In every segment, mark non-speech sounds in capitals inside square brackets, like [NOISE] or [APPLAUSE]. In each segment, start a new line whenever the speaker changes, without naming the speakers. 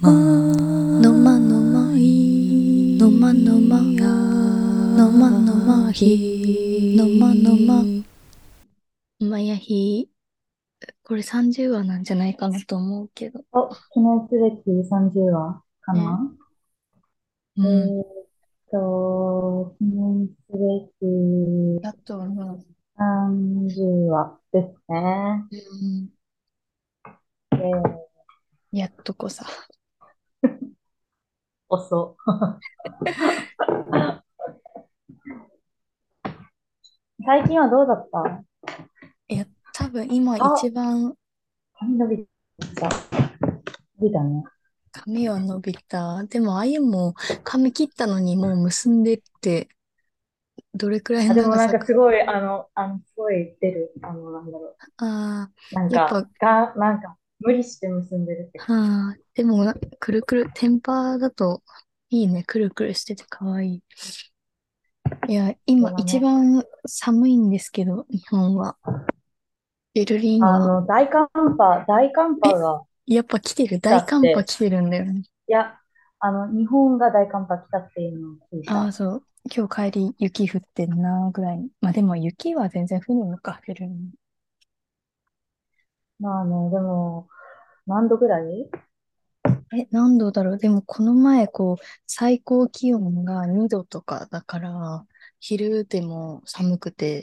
まのまのまいのまのまのまのまひのまのままやひこれ30話なんじゃないかなと思うけど、
お、記念すべき30話かなえ
う
ーっと、記念すべき
あとはまあ、
30話ですね。
うん、
えー、
やっとこさ
遅。最近はどうだった
いや多分今
あ
一番
髪伸びた。伸びたね。
髪は伸びたでもあゆも髪切ったのにもう結んでってどれくらい
あ、
の
でも
長
なん
さ
かすごい、あの、あの、すごい出る。あの、なんだろ
あ
う。なん
やっ
か、が、なんか、無理して結んでるって
ーはあでもなくるくるテンパーだといいねくるくるしててかわいいいや今
そうだね
一番寒いんですけど日本はベルリン
あ
は
の、大寒波、大寒波が、
やっぱ来てる
だ
大
って
寒波来てるんだよね
いや、あの、日本が大寒波来たっていうのを聞い
あ
た。
あ、そう。今日帰り雪降ってんなぐらい。まあでも雪は全然降るのか、降るの。
まあね、でも、何度ぐらい
え、何度だろう。でもこの前、こう、最高気温が2度とかだから、昼でも寒くて。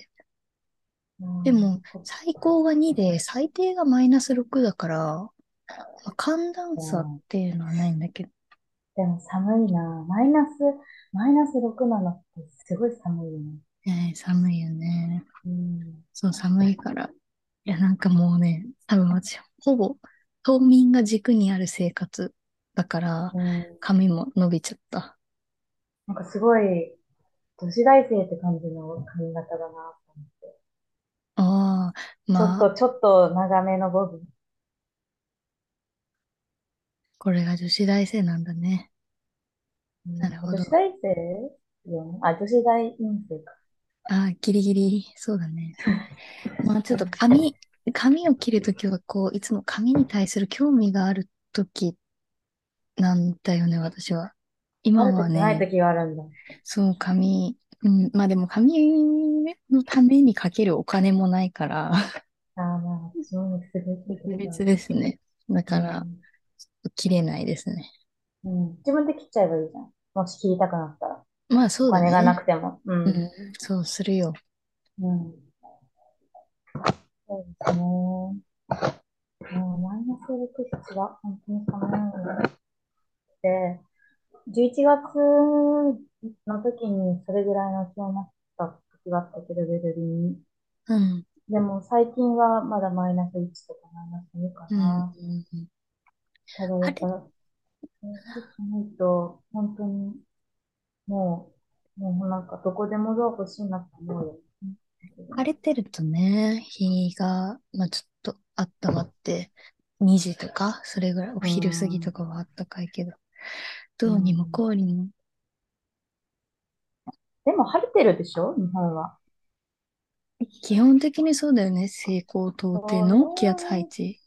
うん
でも、最高が2で、最低がマイナス6だから、まあ寒暖差っていうのはないんだけど。
でも寒いな。マイナス、マイナス6なのってすごい寒いよね。
ねえ、寒いよね。
うん。
そう、寒いから。いや、なんかもうね、多分私、ほぼ、冬眠が軸にある生活だから、
うん
髪も伸びちゃった。
なんかすごい、女子大生って感じの髪型だなと思って。
ああ、
ちょ
ま
っ
あ、
と、ちょっと長めのボブ。
これが女子大生なんだね。
うん
なるほど
女子大生よねあ、女子大院生か。
ああ、ギリギリ、そう
[LAUGHS]
だね。まあ、ちょっと髪、髪を切るときは、こう、いつも髪に対する興味があるときなんだよね、私は。今
ある
は
時ない
ね、
時があるんだ。
そう、髪、うん、まあでも髪のためにかけるお金もないか
あ
ら、
あ、まあ、私もすごい聞いてる
別ですね。だから、切れないですね。
うん、うん自分で切っちゃえばいいじゃん。もし切りたくなったら。
まあ、そ
お
うだ
金がな
ね。
くても。う。
うんん、そうするよ。
うん。そうですね。もうマイナス6、7は本当に寒いので、11月の時にそれぐらいの気温になった時があったけど、ベルリンに。
うん。
でも最近はまだマイナス1とかマイナス2か
うん
な。
うん
ただやっぱ、ないと、本当に、もう、もうなんかどこでもドア欲しいなって思うよ。
晴れてるとね、日が、まあ、ちょっとあったまって、2時とか、それぐらい、お昼過ぎとかはあったかいけど、どうにもこうにも、
でも晴れてるでしょ日本は。
基本的にそうだよね、西高東低の気圧配置。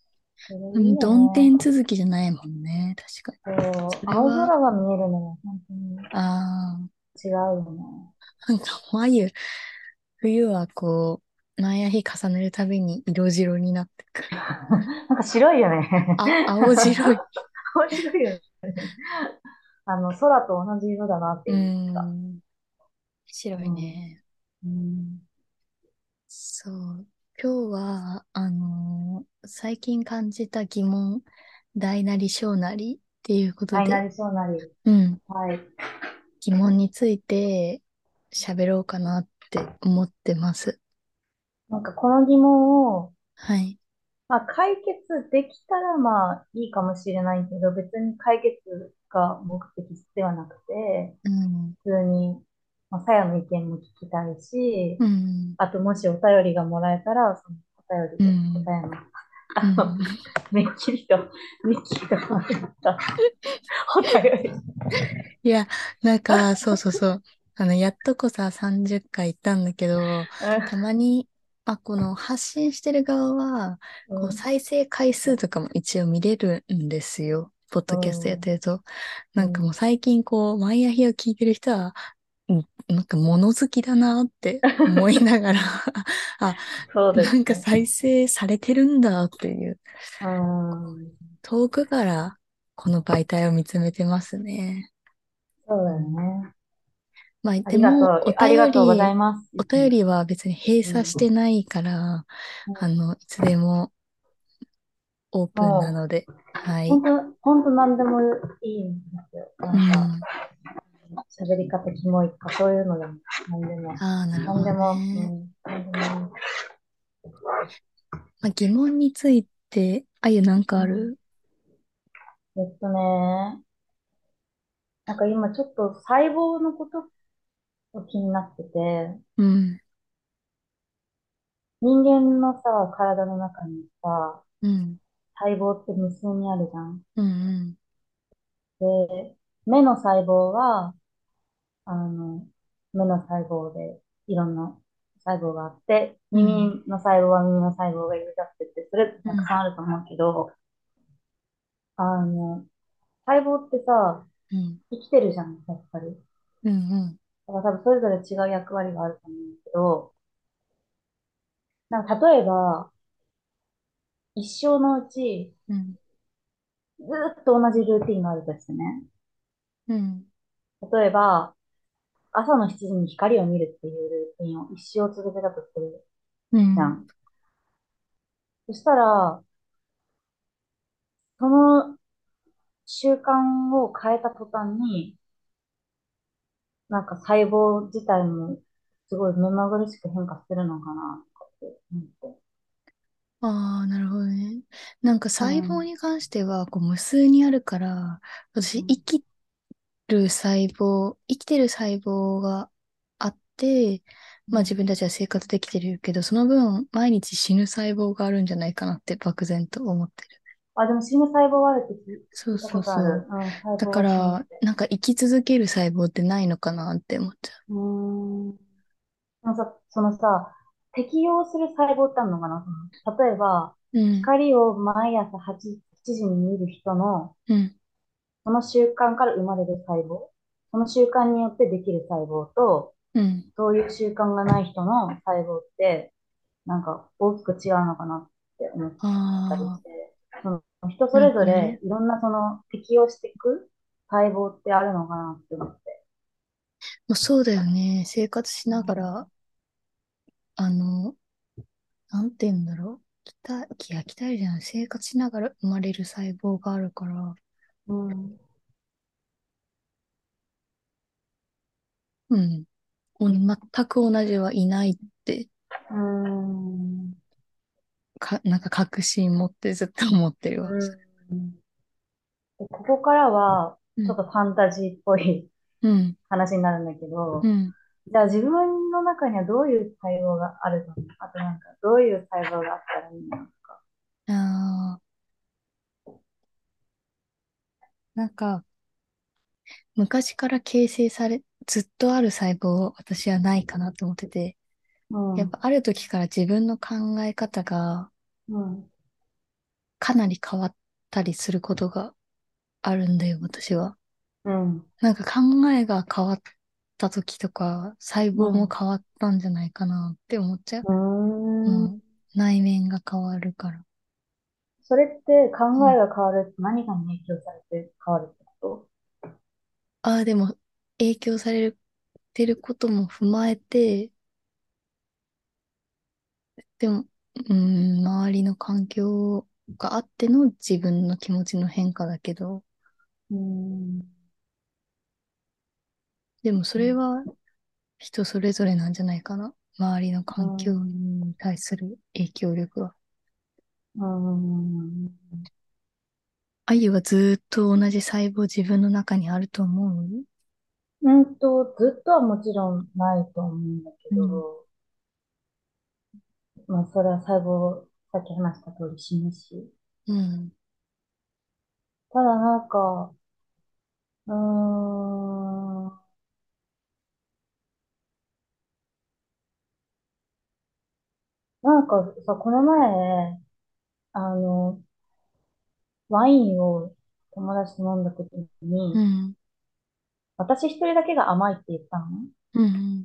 それいいよ
う
ね
ん、曇天続きじゃないもんね、確かに。
そう
それは
青空が見えるのは本当に
ああ、
違うよね。
なんか、あゆ、冬はこう、前や日重ねるたびに色白になってくる。
なんか白いよね。
あ、青白い。
青白いよね。あの、空と同じ色だなって
う
いうか。
ん。白いね。
うん。
そう、今日は、あのー最近感じた疑問、大なり小なりっていうこと
大
で、
なり小なり。
うん、
はい。
疑問について喋ろうかなって思ってます。
なんかこの疑問を、
はい。
まあ、解決できたらまあいいかもしれないけど、別に解決が目的ではなくて、
うん、
普通に、まあ、さやの意見も聞きたいし、 [LAUGHS]
うん、
あと、もしお便りがもらえたら、そのお便りで答えます。
う
あの、
ん。
めっきりと、めっきりともらった。お便り。
いや、なんか、そうそうそう。あの、やっとこさ、30回行ったんだけど、たまに、まあ、この発信してる側は、
う
[LAUGHS] こ
ん
う再生回数とかも一応見れるんですよ。ポッドキャストやってると、なんかもう最近こう、毎朝日を聞いてる人は、うんなんか物好きだなって思いな
[LAUGHS]
がら、
そうです、
な
ね。
んか再生されてるんだっていう、
うん。
遠くからこの媒体を見つめてますね。
そうだよね。
まあ、
あ
で
りがと
も、
う
お。
ありがとうござい
便り、
ます。
お便りは別に閉鎖してないから、
うん
あの、いつでもオープンなので、はい。
本当、本当何でもいいんですよ。な
うんん、
か、
あ
喋り方キモいとか、そういうのでも、何でも。
あ、なるほ
何で
ど
も、
ね。
うん。何でもいい。
まあ、疑問について、あゆなんかある
えっとね、なんか今ちょっと細胞のことを気になってて、
うん。
人間のさ、体の中にさ、
うん。
細胞って無数にあるじゃん。
うん
で、目の細胞は、あの、目の細胞でいろんな細胞があって、
うん
耳の細胞は耳の細胞がいるだってって、それってたくさんあると思うけど、あの、細胞ってさ、
うん。うん。
生きてるじゃん、やっぱり。
うんうん。
だから多分それぞれ違う役割があると思うんだけど、なんか例えば、一生のうち
うん。
ずっと同じルーティンがあるとしてね、
うん。
例えば、朝の7時に光を見るっていうルーティンを一生続けたとする
うん
じゃん。そしたら、その習慣を変えた途端に、なんか細胞自体もすごい目まぐるしく変化するのかなとかって思って。
ああ、なるほどね。なんか細
う
胞
ん
に関しては、こう無数にあるから、
う
私、
ん
生きる細胞、生きてる細胞があって、まあ自分たちは生活できてるけど、その分、毎日死ぬ細胞があるんじゃないかなって漠然と思ってる。
あ、でも死ぬ細胞はあるって聞い
そう
聞いた
そ
こ
う
とあ
そ
る
う。。
うん、細
だ
胞
か
は死ぬっ
ら、
て。
なんか生き続ける細胞ってないのかなって思っちゃ
うーん。でもさ、そのさ、適応する細胞ってあるのかなその例えば、
う。うん。
光を毎朝8、7時に見る人の、
うん。
その習慣から生まれる細胞、その習慣によってできる細胞と、
うん。
そういう習慣がない人の細胞って、なんか大きく違うのかなって思ったり
ああ。
して、その人それぞ
なるほどね
れいろんなその適応していく細胞ってあるのかなって思って。
もうそうだよね。生活しながら、あの、なんて言うんだろう。鍛え、いや、鍛えるじゃない。生活しながら生まれる細胞があるから。
うん。
うん。お全く同じはいないって、
うーん。
か、なんか確信持ってずっと思ってるわ。
うんでここからは、
う
ちょっ
ん。
とファンタジーっぽい
うん。
話になるんだけど、
うん。
じゃあ自分の中にはどういう細胞があるのあとなんか、どういう細胞があったらいいのとか。
あーなんか、昔から形成され、ずっとある細胞を私はないかなと思ってて、
うん。
やっぱある時から自分の考え方が
うん。
かなり変わったりすることがあるんだよ、私は。
うん。
なんか考えが変わった時とか、細胞も変わったんじゃないかなって思っちゃう。
う
う
ーん。
ん。内面が変わるから。
それって考えが変わるって何かに影響されて変わるってこ
ああ、でも影響されてることも踏まえて、でも、うん、周りの環境があっての自分の気持ちの変化だけど、
とうーん。
でもそれは人それぞれなんじゃないかな。周りの環境に対する影響力は。
うーん。
あゆはずーっと同じ細胞自分の中にあると思う
うんと、ずっとはもちろんないと思うんだけど、まあ、それは細胞、さっき話した通り死ぬし。
うん。
ただなんか、うーん、なんかさ、この前、あの、ワインを友達と飲んだ時に、
うん。
私一人だけが甘いって言ったのね。
うん。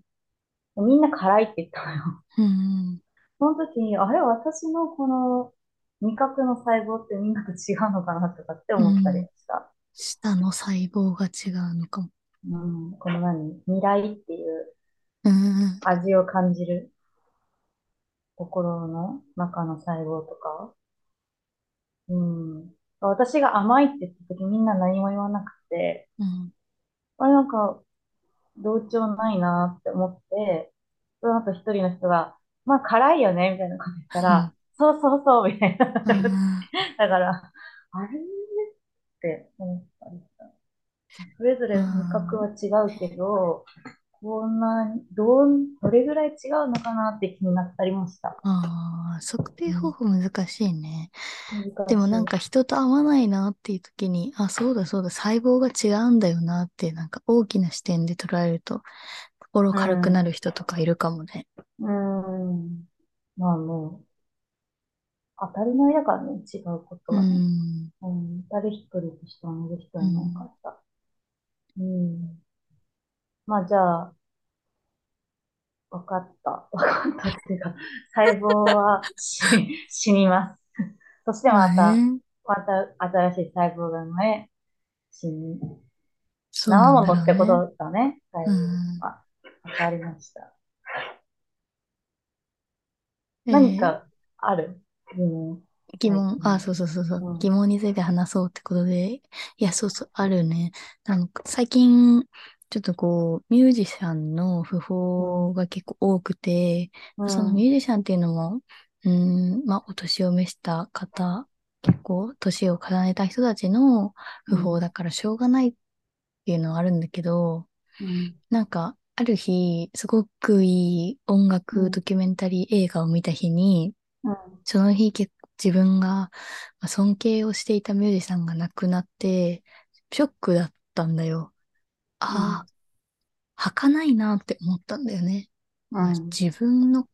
でみんな辛いって言ったのよ。
うん。
その時に、あれ、私のこの味覚の細胞ってみんなと違うのかなとかって思ったりした。
舌の細胞が違うのかも。
うん、この何未来っていう
うん。
味を感じる心の中の細胞とか。うん。私が甘いって言った時みんな何も言わなくて、
うん。
あれなんか同調ないなって思って、その後一人の人が、まあ辛いよねみたいなこと言ったら、そうそうそうみたいな。
う [LAUGHS]
だ
ん。
から、あれって思ったりした。それぞれ味覚は違うけど、こんな、どう、どれぐらい違うのかなって気になったりもした。
ああ、測定方法難しいね。
難しい
でもなんか、人と合わないなっていう時に、あ、そうだそうだ、細胞が違うんだよなって、なんか大きな視点で捉えると、心軽くなる人とかいるかもね。
うーん。まあもう、当たり前だからね、違うこと
う
はね。
ん。
うん、誰一人として同じ人いなかった。うん。まあじゃあ、わかった。わかったっていうか、細胞は死、死にます。そしてまた、
ね
また新しい細胞が生まれ、死に、
そう
生
な
も
ん
の
だろ
っ
う
てこと
ね。
だね、細
う
胞
ん。
は。わかりました。
えー
何かある疑問。
疑問、
はい
あ、そうそうそうそうう、
ん
疑問について話そうってことで、いや、そうそう、あるね。あの、最近、ちょっとこう、ミュージシャンの訃報が結構多くて、
うん。
そのミュージシャンっていうのも、うーん、まあ、お年を召した方、結構、年を重ねた人たちの訃報だからしょうがないっていうのはあるんだけど、
うん
なんか、ある日、すごくいい音
う
楽
ん
ドキュメンタリー映画を見た日に、
うん
その日結構自分がまあ尊敬をしていたミュージシャンが亡くなって、ショックだったんだよ。ああ、儚いなって思ったんだよね。
うん
自分の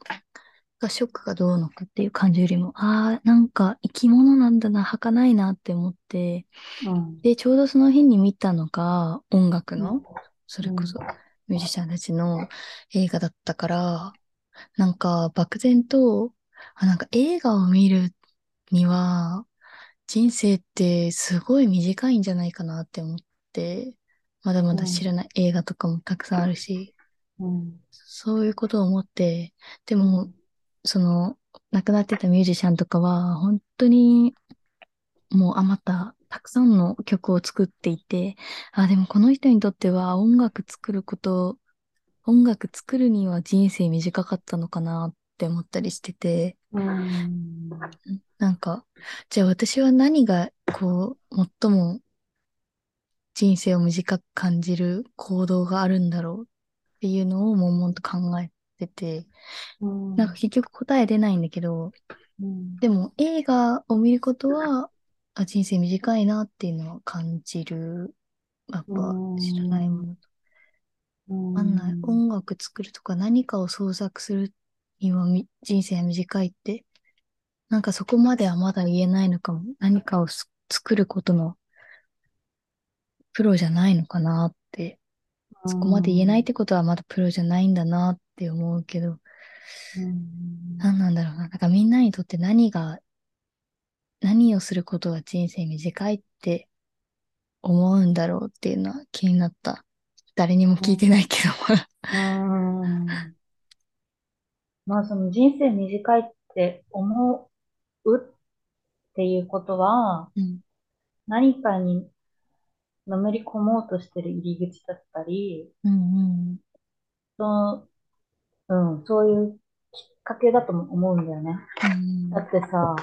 がショックがどうのかっていう感じよりも、ああ、なんか生き物なんだな、儚いなって思って、
うん
で、ちょうどその日に見たのが音楽の、それこそミュージシャンたちの映画だったから、なんか漠然と、あ、なんか映画を見るには、人生ってすごい短いんじゃないかなって思って、まだまだ知らない映画とかもたくさんあるし、
うん
そういうことを思って、でも、その、亡くなってたミュージシャンとかは、本当に、もう余った、たくさんの曲を作っていて、あ、でもこの人にとっては音楽作ること、音楽作るには人生短かったのかなって思ったりしてて、
うん
なんか、じゃあ私は何が、こう、最も人生を短く感じる行動があるんだろうっていうのを悶々と考えてて、
うん
なんか結局答え出ないんだけど、
うん
でも映画を見ることは、あ、人生短いなっていうのは感じる。やっぱ
うん
知らないものと
うん
わかんない。音楽作るとか何かを創作するにはみ人生は短いって、なんかそこまではまだ言えないのかも。何かをす作ることのプロじゃないのかなって、そこまで言えないってことはまだプロじゃないんだなって思うけど、
うん
何なんだろうな。なんかみんなにとって何が、何をすることが人生短いって思うんだろうっていうのは気になった。誰にも聞いてないけど。
うんまあその人生短いって思うっていうことは
うん。
何かにのめり込もうとしてる入り口だったり、
うん
その、うん、そういうきっかけだとも思うんだよね。
うん。
だってさ、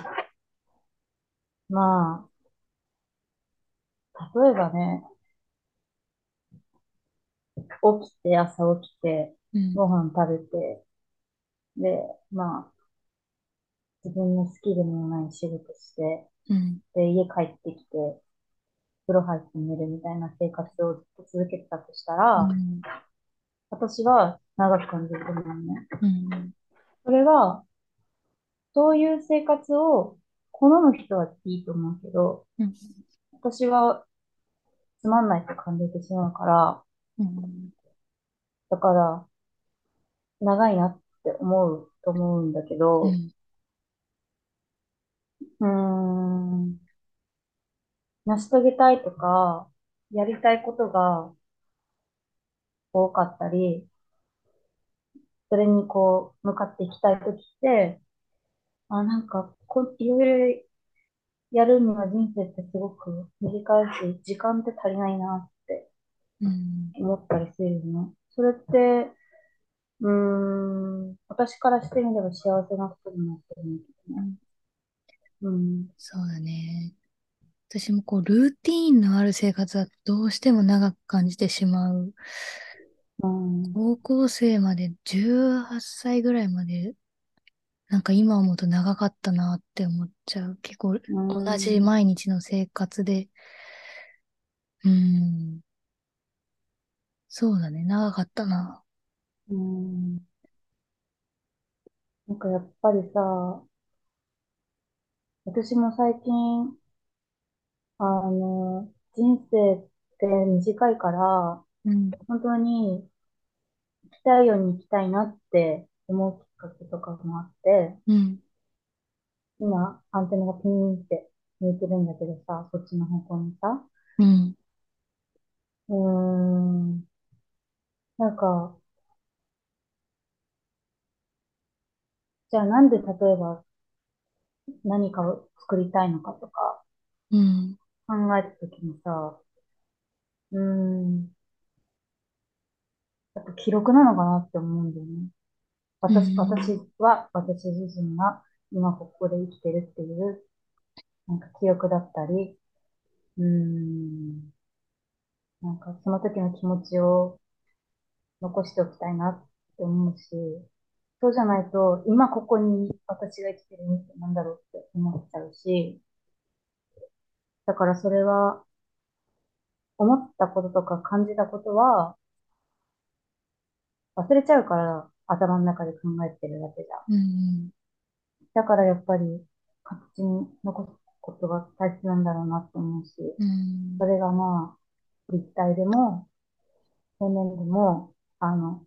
まあ、例えばね、起きて、朝起きて、
うん。
ご飯食べて、で、まあ、自分の好きでもない仕事して、
うん。
で、家帰ってきて、風呂入って寝るみたいな生活をずっと続けてたとしたら、
うん。
私は長く感じると思うね。
うん。
それは、そういう生活を好む人はいいと思うけど、
うん。
私はつまんないって感じてしまうから、
うん
だから、長いなって思うと思うんだけど、
う
うんーん、成し遂げたいとか、やりたいことが多かったり、それにこう、向かっていきたいときって、あ、なんかこ、いろいろやるには人生ってすごく短いし、時間って足りないなって
うん
思ったりするよね。それって、うーん、私からしてみれば幸せなことになってるんだけどね。うん。
そうだね。私もこう、ルーティーンのある生活はどうしても長く感じてしまう。
うん。
高校生まで18歳ぐらいまで、なんか今思うと長かったなって思っちゃう。結構
うん
同じ毎日の生活で、うん。そうだね、長かったな。
うん。なんかやっぱりさ、私も最近、あの、人生って短いから、
うん。
本当に生きたいように生きたいなって思うきっかけとかもあって、
うん。
今、アンテナがピーンって向いてるんだけどさ、そっちの方向にさ。
うん。
うーん。なんか、じゃあなんで例えば何かを作りたいのかとか
うん。
考えたときにさ、うーん。やっぱ記録なのかなって思うんだよね。私、
うん
私は、私自身が今ここで生きてるっていう、なんか記憶だったり、うーん、なんかその時の気持ちを残しておきたいなって思うし、そうじゃないと、今ここに私が生きてる意味ってなんだろうって思っちゃうし、だからそれは、思ったこととか感じたことは、忘れちゃうから頭の中で考えてるわけじゃん。
うん。
だからやっぱり形に残すことが大切なんだろうなと思うし、
うん
そ。れがまあ、立体でも、平面でも、あの、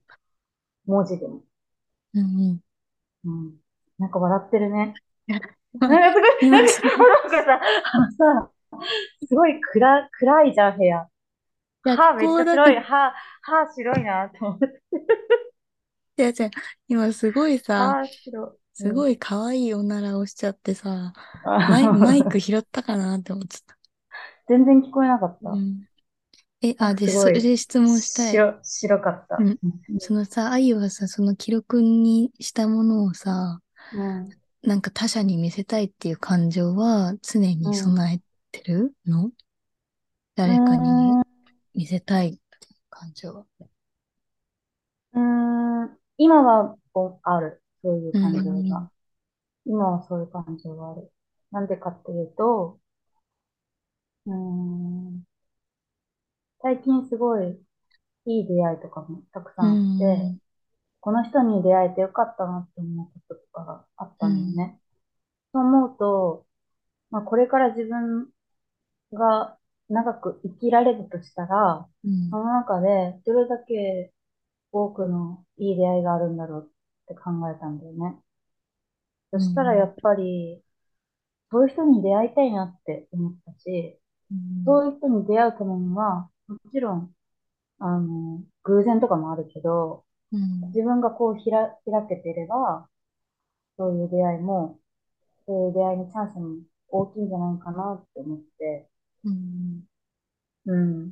文字でも。 [LAUGHS]
うん。
うん。なんか笑ってるね。
いや
なんか [LAUGHS] すごい、[LAUGHS]
今
なんかさ、 [LAUGHS] あのさ、すごい暗、暗いじゃん、部屋。
いや
歯めっちゃ白い。
こ
歯、歯白いなと思って。
いや、じゃあ今すごいさ、
歯白い。
す
い。
ごい可愛いおならをしちゃって
[LAUGHS]
さ、
あ
マイ、マイク拾ったかなって思っちゃっ。
全然聞こえなかったた。
うん。え、あ、で、
す
そ
ごい
れで質問したい。
白、白かった。
うんそのさ、あゆはさ、その記録にしたものをさ、
うん。
なんか他者に見せたいっていう感情は常に備えてるの、誰かに見せたいっていう感情は。
うーん、今はこうある。そういう感情
うん
が。今はそういう感情がある。なんでかっていうと、うーん、最近すごいいい出会いとかもたくさ
うん
あって、
ん。
この人に出会えてよかったなって思うこととかがあったんだよね。そう思うと、まあ、これから自分が長く生きられるとしたら、
うん
そ。の中でどれだけ多くのいい出会いがあるんだろうって考えたんだよね。そしたらやっぱり、そういう人に出会いたいなって思ったし、そういう人に出会うためには、もちろん、あの、偶然とかもあるけど、
うん。
自分がこうひら開けていれば、そういう出会いも、そういう出会いのチャンスも大きいんじゃないかなって思って、
うん。
うん。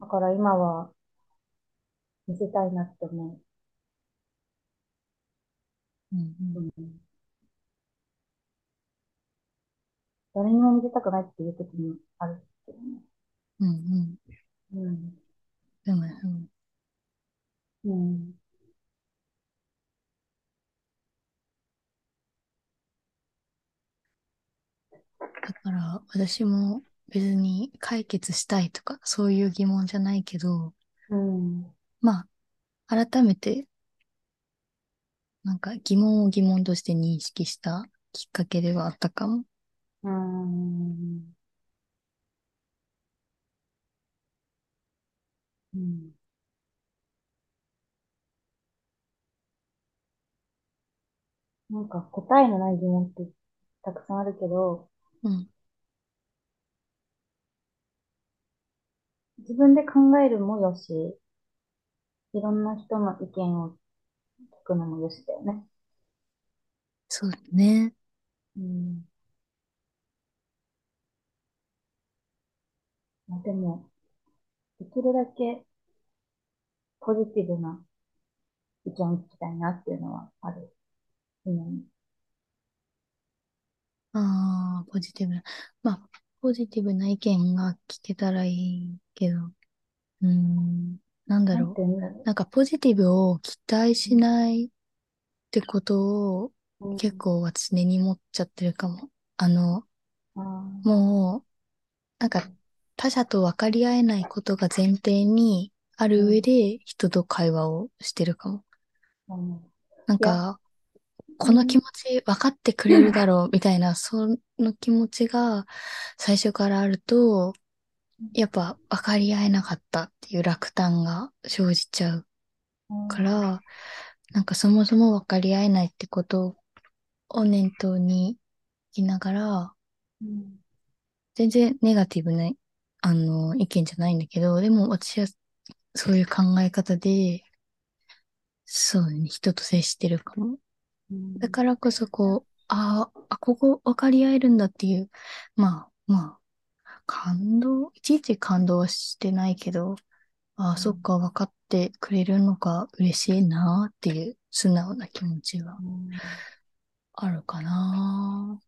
だから今は、見せたいなって思
うん
う。うん。誰にも見せたくないっていう時もあるけどね。
うんうん。
うん。
でも、うん
うん。
だから私も別に解決したいとかそういう疑問じゃないけど、
うん。
まあ、改めて、なんか疑問を疑問として認識したきっかけではあったかも。
うん。うん。なんか答えのない疑問ってたくさんあるけど、
うん。
自分で考えるもよし、いろんな人の意見を聞くのもよしだよね。
そうだね。
うん。まあ、でも、できるだけポジティブな意見を聞きたいなっていうのはある。うん。
ああ、ポジティブな。まあ、ポジティブな意見が聞けたらいいけど、うーん、なんだ
なんて言
ろ
うんだ
う。な
ろ
んかポジティブを期待
う。
しないってことを
うん。う
結
ん。
構私根に持っちゃってるかも。あの、
ああ、
もう、なんか他者と分かり合えないことが前提にあ
う
る上
ん。
で人と会話をしてるかも。
あの、
なん
いや、
か、
う
この気
ん。
持ち分かってくれるだろうみたいな、その気持ちが最初からあると、やっぱ分かり合えなかったっていう落胆が生じちゃう
う
か
ん。
ら、なんかそもそも分かり合えないってことを念頭にいながら、
うん。
全然ネガティブな、あの、意見じゃないんだけど、でも私はそういう考え方で、そうね、人と接してるかも。
う
だ
ん
からこそこう、あーあ、ここ分かり合えるんだっていう、まあ、まあ、感動、いちいち感動はしてないけど、ああ、
う
そっ
ん
か、分かってくれるのが嬉しいなっていう素直な気持ちが
うん
あるかな。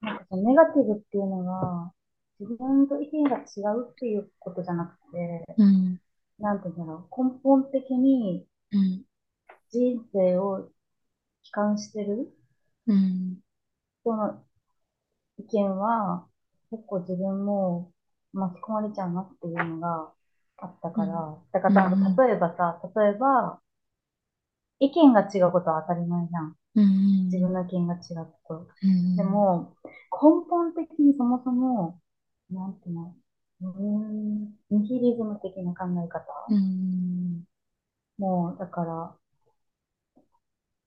なんかそのネガティブっていうのは、自分と意見が違うっていうことじゃなくて、
うん、
なんて言うんだろう、根本的に
うん、
人生を悲観してる
うん、
人の意見は、結構自分も巻き込まれちゃうなっていうのがあった
う
から、
ん、
だか
う
ら
ん、
例えばさ、例えば、意見が違うことは当たり前じゃん。
うん、う
自分
ん、
の意見が違うこと。
うん、う
で
ん、
も、根本的にそもそも、なんていうの、うーん、ニヒリズム的な考え
う
方
ん、
もう、だから、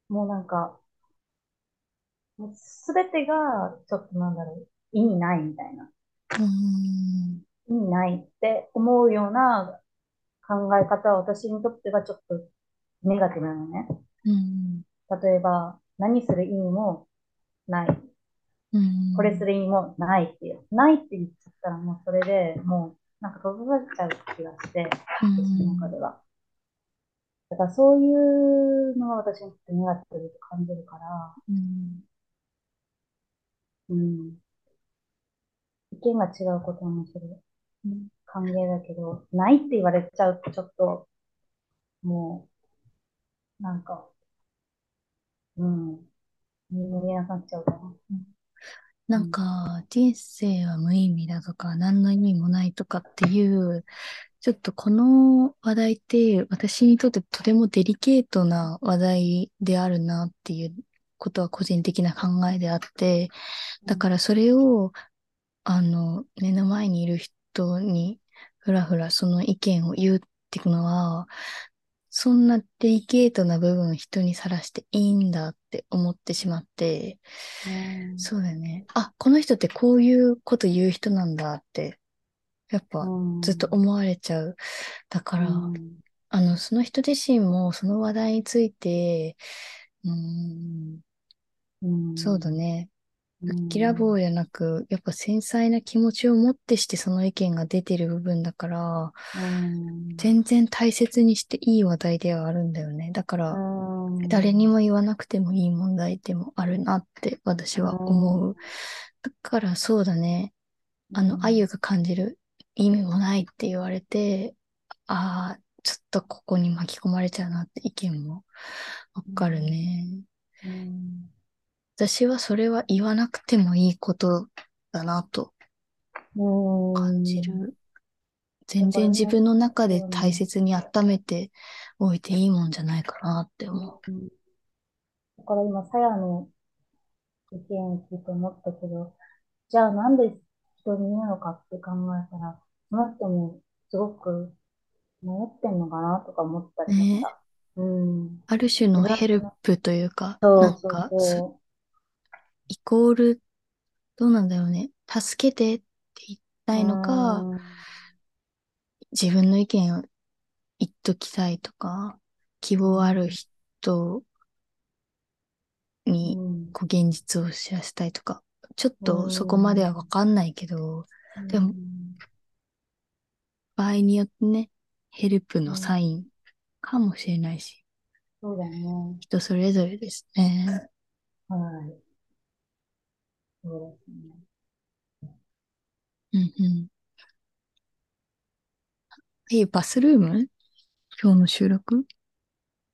もうなんか、もうすべてが、ちょっとなんだろう、意味ないみたいな、
うん、
意味ないって思うような考え方は私にとってはちょっとネガティブなのね。
うん、
例えば、何する意味もない。
う
これす
ん
る意味もないっていう。ないって言っちゃったらもうそれでもうなんか閉ざされちゃう気がして、
う
私の中
ん
では。だからそういうのが私にとってネガティブと感じるから、
うん
うん。意見が違うこともそれ
うん
歓迎だけど、ないって言われちゃうとちょっともうなんか、うん、人間なくなっちゃうかな。
うん
う
なん
ん。
か、人生は無意味だとか、何の意味もないとかっていう、ちょっとこの話題って、私にとってとてもデリケートな話題であるなっていうことは個人的な考えであって、
う
だか
ん。
らそれを、あの、目の前にいる人に、ふらふらその意見を言うっていうのは、そんなデリケートな部分を人にさらしていいんだって思ってしまって、
うん。
そうだよね。あ、この人ってこういうこと言う人なんだって、やっ
う
ぱずっと
ん。
思われちゃう。だか
う
ら、
ん。
あの、その人自身もその話題について、うーん、
う
そうだ
ん。
ね。
う
きらぼ
ん
うじゃなく、やっぱ繊細な気持ちを持ってしてその意見が出てる部分だから、
うん。
全然大切にしていい話題ではあるんだよね。だか
う
ら、誰に
ん。
も言わなくてもいい問題でもあるなって私
う
は思う。
ん。
だからそうだね。
う
あの、あゆ
ん。
が感じる意味もないって言われて、ああ、ちょっとここに巻き込まれちゃうなって意見もわ
う
かる
ん。
ね。
うん
私はそれは言わなくてもいいことだなと
う
感じ
ん
る。
だ
全
か
然
ら
自
ね、
分の中で
そう
大
ね。
切に温めておいていいもんじゃないかなって思う。
うん。だから今、さやの意見を聞いて思ったけど、じゃあなんで人に言うのかって考えたら、その人もすごく迷ってんのかなとか思ったりとか。うん。
ある種のヘルプというか、
そう
なん
そう
か、す
そ
イコール、どうなんだろうね。助けてって言いた
う。
いのか、
うん
自分の意見を言っときたいとか、希望ある人に
うん
こう現実を知らせたいとか、ちょっ
う
と
ん
そこまではわかんないけど、でも
うん
場合によってね、ヘルプのサインかもしれないし、
そうだね。
人それぞれですね。
はい。そうですね。
うんうん。はい、バスルーム今日の収録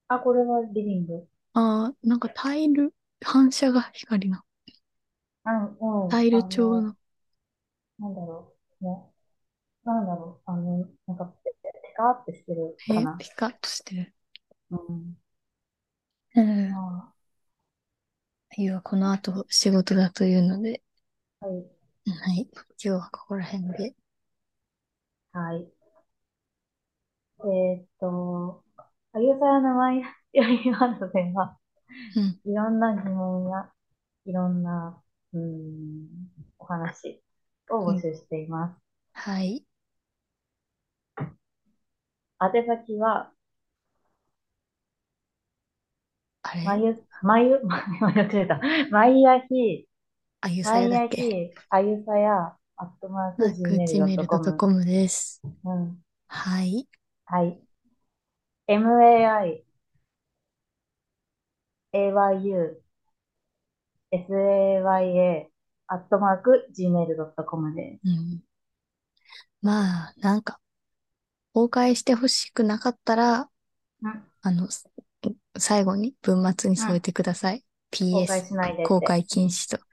あ、これはリビング。
ああ、なんかタイル、反射が光が、
あの、うん。
タイル
あ
調
の
の。
なんだろう。ね。なんだろう。あの、なんか、ペペカーってしてる
え
かな。
ピカッとしてる。
うん。
うん。
あ
要はこの後仕事だというので、
あ、はい。
はい。今日はここら辺で。
はい。えーっと、あゆさやのマイヤリハルでは、
うん。
いろんな疑問や、いろんな、うーん、お話を募集しています。
はい。
宛先は、
あれ、
まゆ、まゆ、まゆ、出た。まいやひ、
あゆ
ま
さや
い
だ
や
っけ
ひ、あゆさや、アットマーク、
なくちメールドット
gmail.com。
コムです。
うん。
はい。
はい。MAI、AYU、SAYA、アットマーク、gmail.com で
うん。まあ、なんか、崩壊してほしくなかったら、
す。うん。
あの、す最後に文末に添えてください。
公
PS、
開しないでって。
公開禁止と。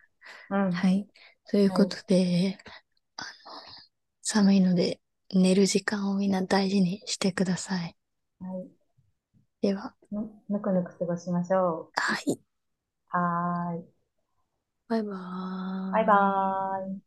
うん。
はい。ということで、あの、寒いので、寝る時間をみんな大事にしてください。
はい。
では、
ぬ、ぬくぬく過ごしましょ
はい。
う。はーい。
バイバーイ。
バイバーイ。